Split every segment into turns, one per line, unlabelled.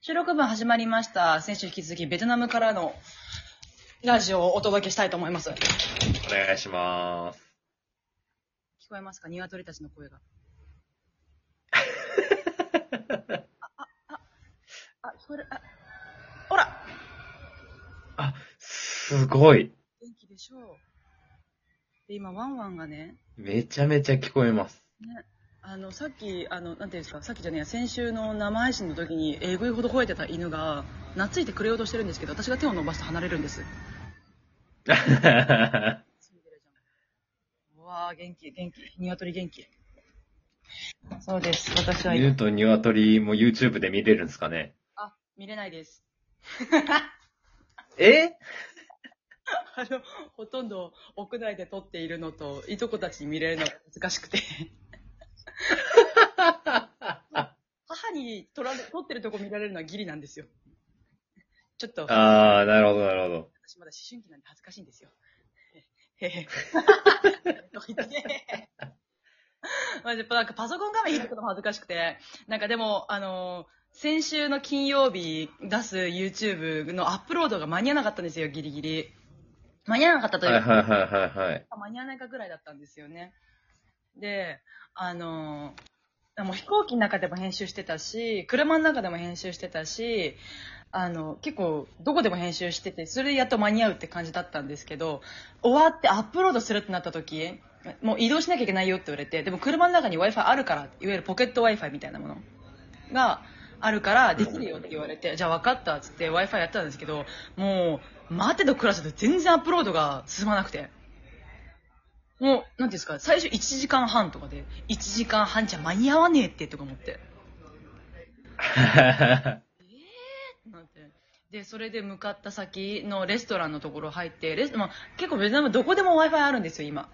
収録分始まりました。先週引き続きベトナムからのラジオをお届けしたいと思います。聞
お願いします。
こえますか鶏たちの声 が。あ、あ、あ、あ、聞こえる、あ、ほら
すごい。
元気でしょう。で、今、ワンワンがね、
めちゃめちゃ聞こえ ます。
あの、さっき、あの、なんていうんですか、さっきじゃねえや、先週の生配信の時に、えぐいほど吠えてた犬が、懐いてくれようとしてるんですけど、私が手を伸ばして離れるんです。住んでるじゃん。うわー、元気、元気。鶏元気。そうです。私は
犬と鶏も YouTube で見れるんですかね
見れないです。
え
あの、ほとんど屋内で撮っているのと、いとこたちに見れるのが難しくて。母に撮られ、撮ってるとこ見られるのはギリなんですよ。ちょっと、私
あー、なるほど、なるほど。
まだ思春期なんで恥ずかしいんですよ。へへ。 とか言って。まあ、やっぱなんかパソコン画面開くのも恥ずかしくて、なんかでも、あのー先週の金曜日出す YouTube のアップロードが間に合わなかったんですよ、ギリギリ。間に合わなかったという
はい
か、
はいはいはい はい。
間に合わないかぐらいだったんですよね。で、あのーもう飛行機の中でも編集してたし、車の中でも編集してたし、あの、結構どこでも編集してて、それでやっと間に合うって感じだったんですけど、終わってアップロードするってなった時、もう移動しなきゃいけないよって言われて、でも車の中に Wi-Fi あるから、いわゆるポケット Wi-Fi みたいなものがあるからできるよって言われて、じゃあ分かったっつって Wi-Fi やったんですけど、もう、待てど暮らせど全然アップロードが進まなくて。もう、なんていうんですか、最初1時間半とかで、1時間半じゃ間に合わねえってとか思って。なんて。で、それで向かった先のレストランのところ入って、レスまあ、結構ベトナムどこでも Wi-Fi あるんですよ、今。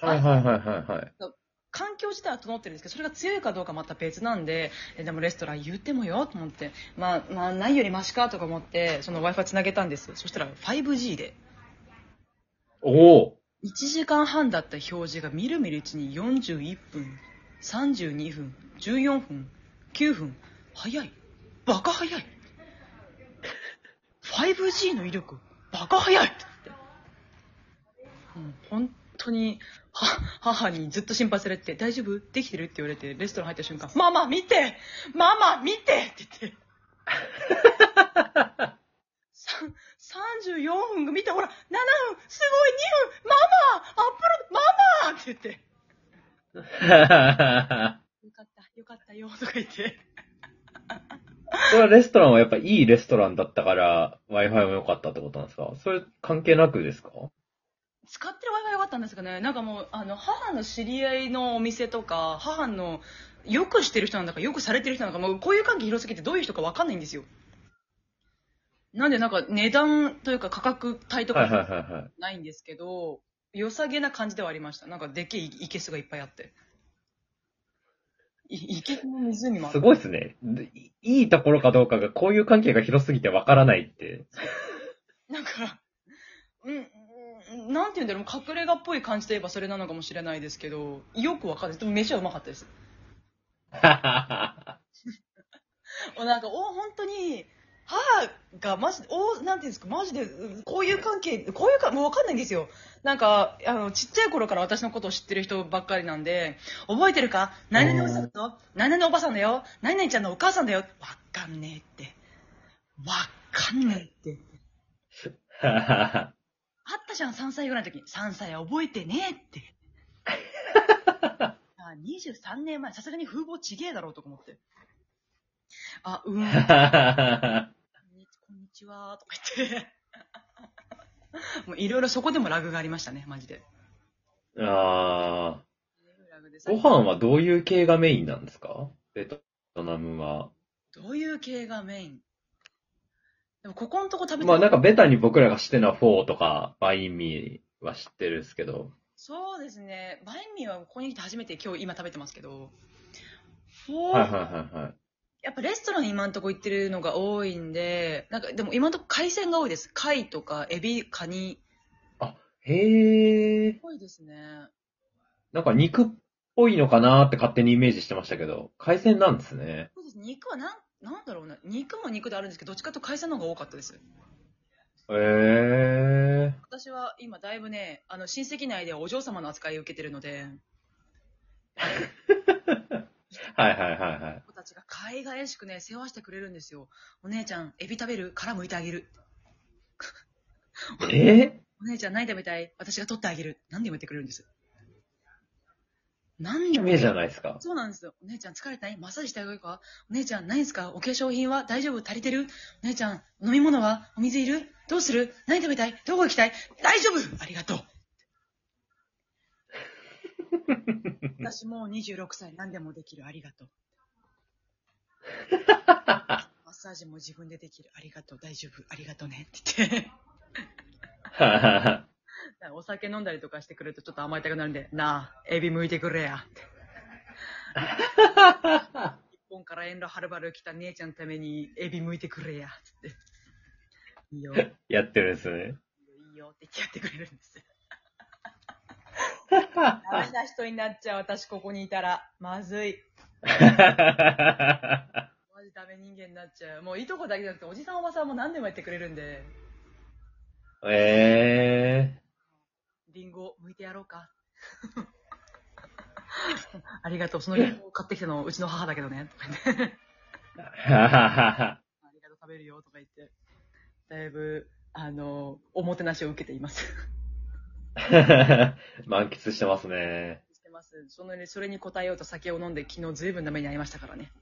はいはいはいはいはい。
環境自体は整ってるんですけど、それが強いかどうかまた別なんで、えでもレストラン言ってもよと思って、まあ、まあ、ないよりマシかとか思って、その Wi-Fi つなげたんです。そしたら 5G で、
お ー
1時間半だった表示がみるみるうちに41分、32分、14分、9分、早い。バカ早い。5G の威力、バカ早いって言って。もう本当に、は、母にずっと心配されて、大丈夫できてるって言われて、レストラン入った瞬間、ママ見てママ見てって言って。さん34分が見て、ほら、7分すごい !2 分ママアップロードママって言って。よかった、よかったよ、とか言って。
それはレストランはやっぱいいレストランだったから、Wi-Fi も良かったってことなんですかそれ関係なくですか
使ってる Wi-Fi 良かったんですかね。なんかもう、あの、母の知り合いのお店とか、母の、よくしてる人なんだか、よくされてる人なんだか、もう、こういう関係広すぎてどういう人かわかんないんですよ。なんで、なんか、値段というか価格帯と
はいはい
か
はいはい。
ないんですけど、良さげな感じではありました。なんか、でっけえいけすがいっぱいあって。い、いけすの湖もあ
す
る。
ごいですね。でいいいところかどうかが、こういう関係が広すぎてわからないって。
なんか、うん、うんなんて言うんだろう、もう隠れ家っぽい感じといえばそれなのかもしれないですけど、よくわかんない。でも飯はうまかったです。お なんか、お、本当に、母がマジで、お、なんていうんですか、マジで、うんこういう関係、こういうか、もうわかんないんですよ。なんか、あの、ちっちゃい頃から私のことを知ってる人ばっかりなんで、覚えてるか何々のおじさんだよ何々のおばさんだよ何々ちゃんのお母さんだよわかんねえって。わかんねえって。 あったじゃん、3歳ぐらいの時に。3歳は覚えてねえって。 あ23年前、さすがに風貌ちげえだろうとか思って。 あ、うん、こんにこんにちは、とか言って。 もういろいろそこでもラグがありましたね、マジで。
ああ。
ラグでさ
ご飯はどういう系がメインなんですかベトナムは。
どういう系がメインでもここのとこ食べて
まあなんかベタに僕らが知ってるのはフォーとかバインミーは知ってるんですけど。
そうですね。バインミーはここに来て初めて今日今食べてますけど。フォー
はいはいはいはい。
やっぱレストラン今んとこ行ってるのが多いんで、なんかでも今んとこ海鮮が多いです。貝とかエビ、カニ。
へえ。
多いですね。
なんか肉っぽいのかなーって勝手にイメージしてましたけど、海鮮なんですね。
そうです肉はなん、なんだろうな。肉も肉であるんですけど、どっちかというと海鮮の方が多かったです。
へえ
私は今だいぶね、あの、親戚内ではお嬢様の扱いを受けてるので、
ー。はいはいはいはい。
子たちが海外しくね、世話してくれるんですよ。お姉ちゃん、エビ食べる殻剥いてあげる。
え
お姉ちゃん何食べたい私が取ってあげる。何でも言ってくれるんです。何で
ー、
も
夢じゃないですか。
そうなんですよ。お姉ちゃん疲れてないマッサージしてあげるかお姉ちゃん何ですかお化粧品は大丈夫足りてるお姉ちゃん飲み物はお水いるどうする何食べたいどこ行きたい大丈夫ありがとう。私もう26歳何でもできるありがとう。マッサージも自分でできるありがとう大丈夫ありがとうねって言って。
はいはいはい。
お酒飲んだりとかしてくれるとちょっと甘えたくなるんで、なあ、エビ剥いてくれや。って日本から遠路はるばる来た姉ちゃんのためにエビ剥いてくれや。つって。いいよ、いいよ、
やってるんですね。
いいよってやってくれるんですよ。ダメな人になっちゃう、私ここにいたら。まずい。マジダメ人間になっちゃう。もういとこだけじゃなくて、おじさんおばさんも何でもやってくれるんで、
え
リンゴ剥いてやろうか。 ありがとう。そのリンゴを買ってきたの、うちの母だけどね。 とか言って
ー。ははは
ありがとう食べるよとか言って、だいぶ、あの、おもてなしを受けています。
は。 満喫してますね。
してます。そのそれに応えようと酒を飲んで、昨日ずいぶんダメに遭いましたからね。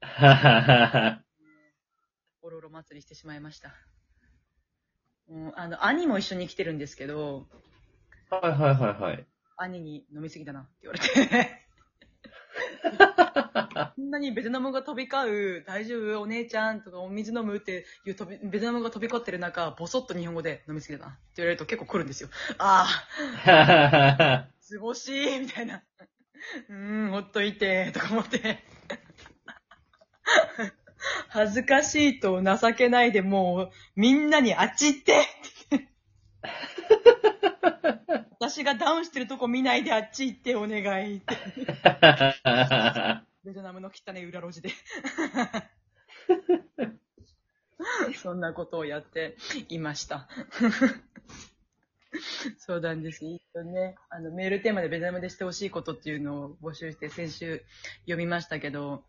ははは
おろろ祭りしてしまいました。うん、あの、兄も一緒に来てるんですけど、
は。はいはいはいはい。
兄に飲みすぎだなって言われて。こんなにベトナムが飛び交う、大丈夫お姉ちゃんとかお水飲むっていう飛び、ベトナムが飛び交ってる中、ボソッと日本語で飲みすぎだなって言われると結構来るんですよ。ああ、
はははは。
図星みたいな。うーん、ほっといて、とか思って。恥ずかしいと情けないでもう、みんなにあっち行ってって私がダウンしてるとこ見ないであっち行ってお願いって。ベトナムの汚い裏路地で。そんなことをやっていました。そうなんです。いいとね、あの、メールテーマでベトナムでしてほしいことっていうのを募集して先週読みましたけど、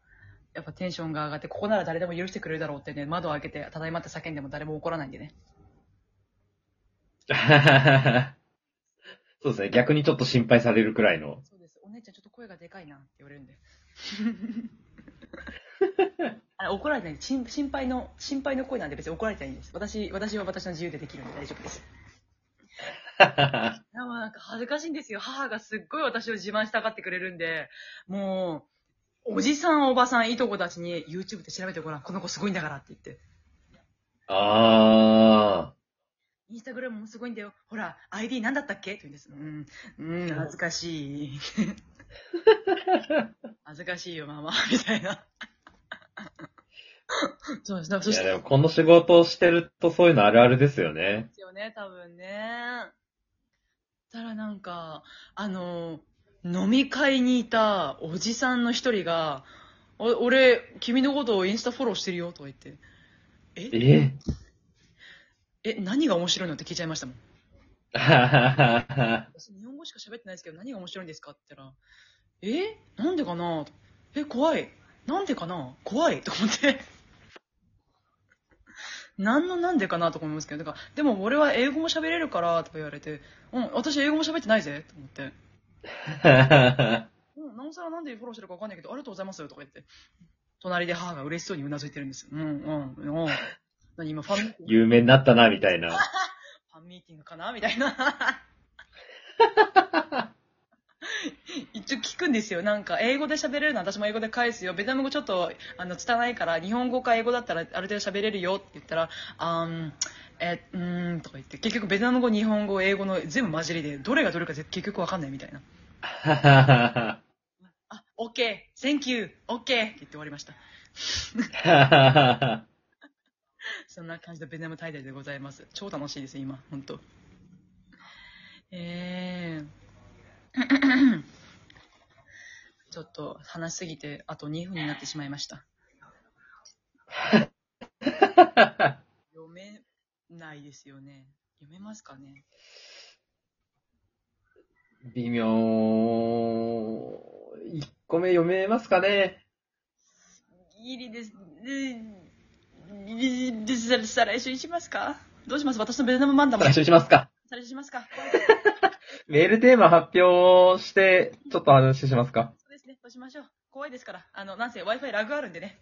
やっぱテンションが上がって、ここなら誰でも許してくれるだろうってね、窓を開けて、ただいまって叫んでも誰も怒らないんでね。
そうですね。逆にちょっと心配されるくらいの。
そうです。お姉ちゃんちょっと声がでかいなって言われるんで。 あれ怒られてない心心配の、心配の声なんで別に怒られてないんです。私、私は私の自由でできるんで大丈夫です。でもなんか恥ずかしいんですよ。母がすっごい私を自慢したがってくれるんで、もう、おじさん、おばさん、いとこたちに YouTube で調べてごらん。この子すごいんだからって言って。
あ
インスタグラムもすごいんだよ。ほら、ID なんだったっけって言うんです。うん、うん、恥ずかしい。 恥ずかしいよ、ママ、 みたいな。そうですね。
あ。
そ
い
して
や、でもこの仕事をしてるとそういうのあるあるですよね
で。すよね、多分ね。たらなんか、あの、飲み会にいたおじさんの一人が、お俺、君のことをインスタフォローしてるよとか言って、え
え
え、何が面白いのって聞いちゃいましたもん。
は
私、日本語しか喋ってないですけど、何が面白いんですかって言ったら、えなんでかなえ、怖い。なんでかな怖いと思って。何のなんでかなとか思いますけど、だから、でも俺は英語も喋れるから、とか言われて、うん、私英語も喋ってないぜ、と思って。うん、なおさらなんでフォローしてるかわかんないけど、ありがとうございますよとか言って、隣で母が嬉しそうにうなずいてるんですよ。うん、うん、うん。何今ファンミーティング、
有名になったな、みたいな。
ファンミーティングかなみたいな。一応聞くんですよ。なんか、英語で喋れるのは私も英語で返すよ。ベトナム語ちょっと、あの、拙いから、日本語か英語だったらある程度喋れるよって言ったら、あーん、え、うーん、とか言って、結局ベトナム語、日本語、英語の全部混じりで、どれがどれかぜ結局わかんないみたいな。あ、OK! Thank you! OK! って言って終わりました。そんな感じのベトナム滞在でございます。超楽しいです、今、ほんと。えー。ちょっと話しすぎて、あと2分になってしまいました。読めないですよね。読めますかね
微妙。1個目読めますかね
ギリです。でギリです。再来週にしますかどうします私のベトナム漫談も
最初にしますか。
再来週しますか
メールテーマ発表して、ちょっと話しますか。
そうですね。そうしましょう。怖いですから。あの、なんせ Wi-Fi ラグあるんでね。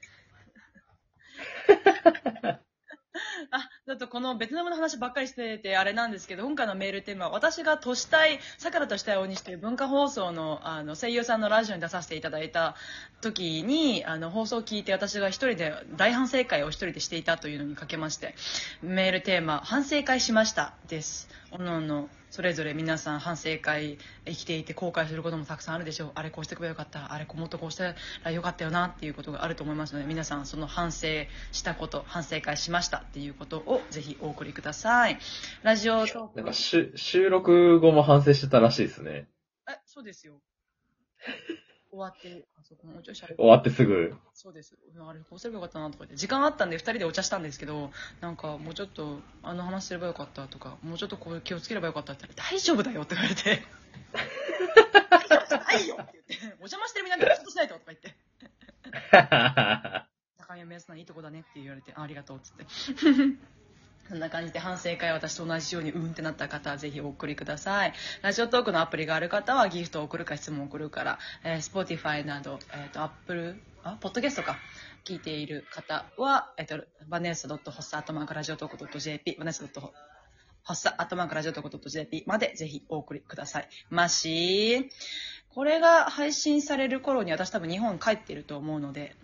あ、だとこのベトナムの話ばっかりしててあれなんですけど、今回のメールテーマは私が都市対、桜とした大西という文化放送のあの声優さんのラジオに出させていただいた時に、あの放送を聞いて私が一人で大反省会を一人でしていたというのにかけまして、メールテーマ、反省会しましたです。おのおの、それぞれ皆さん反省会、生きていて後悔することもたくさんあるでしょう。あれこうしておけばよかった。あれもっとこうしたらよかったよなっていうことがあると思いますので、皆さんその反省したこと、反省会しましたっていうことをぜひお送りください。ラジオトーク
なんか、。収収録後も反省してたらしいですね。
え、そうですよ。終わって、あそこもうちょい喋る
終わってすぐ。
そうです。あれ、こうすればよかったなとか言って、時間あったんで2人でお茶したんですけど、なんか、もうちょっと、あの話すればよかったとか、もうちょっとこう気をつければよかったって言ったら、大丈夫だよって言われて。 大丈夫じゃないよって言って、お邪魔してるみんなにちょっとしないととか言って。高宮宮さんいいとこだねって言われて、あありがとうっつって。 そんな感じで反省会は私と同じようにうんってなった方はぜひお送りください。ラジオトークのアプリがある方はギフトを送るか質問を送るから、えー、Spotify など、えっ、と、Apple、あ、ポッドキャストか。聞いている方は、えっ、と、バネッサ .hossa.radio.jp、バネッサ .hossa.radio.jp までぜひお送りください。ましー。これが配信される頃に私多分日本帰ってると思うので、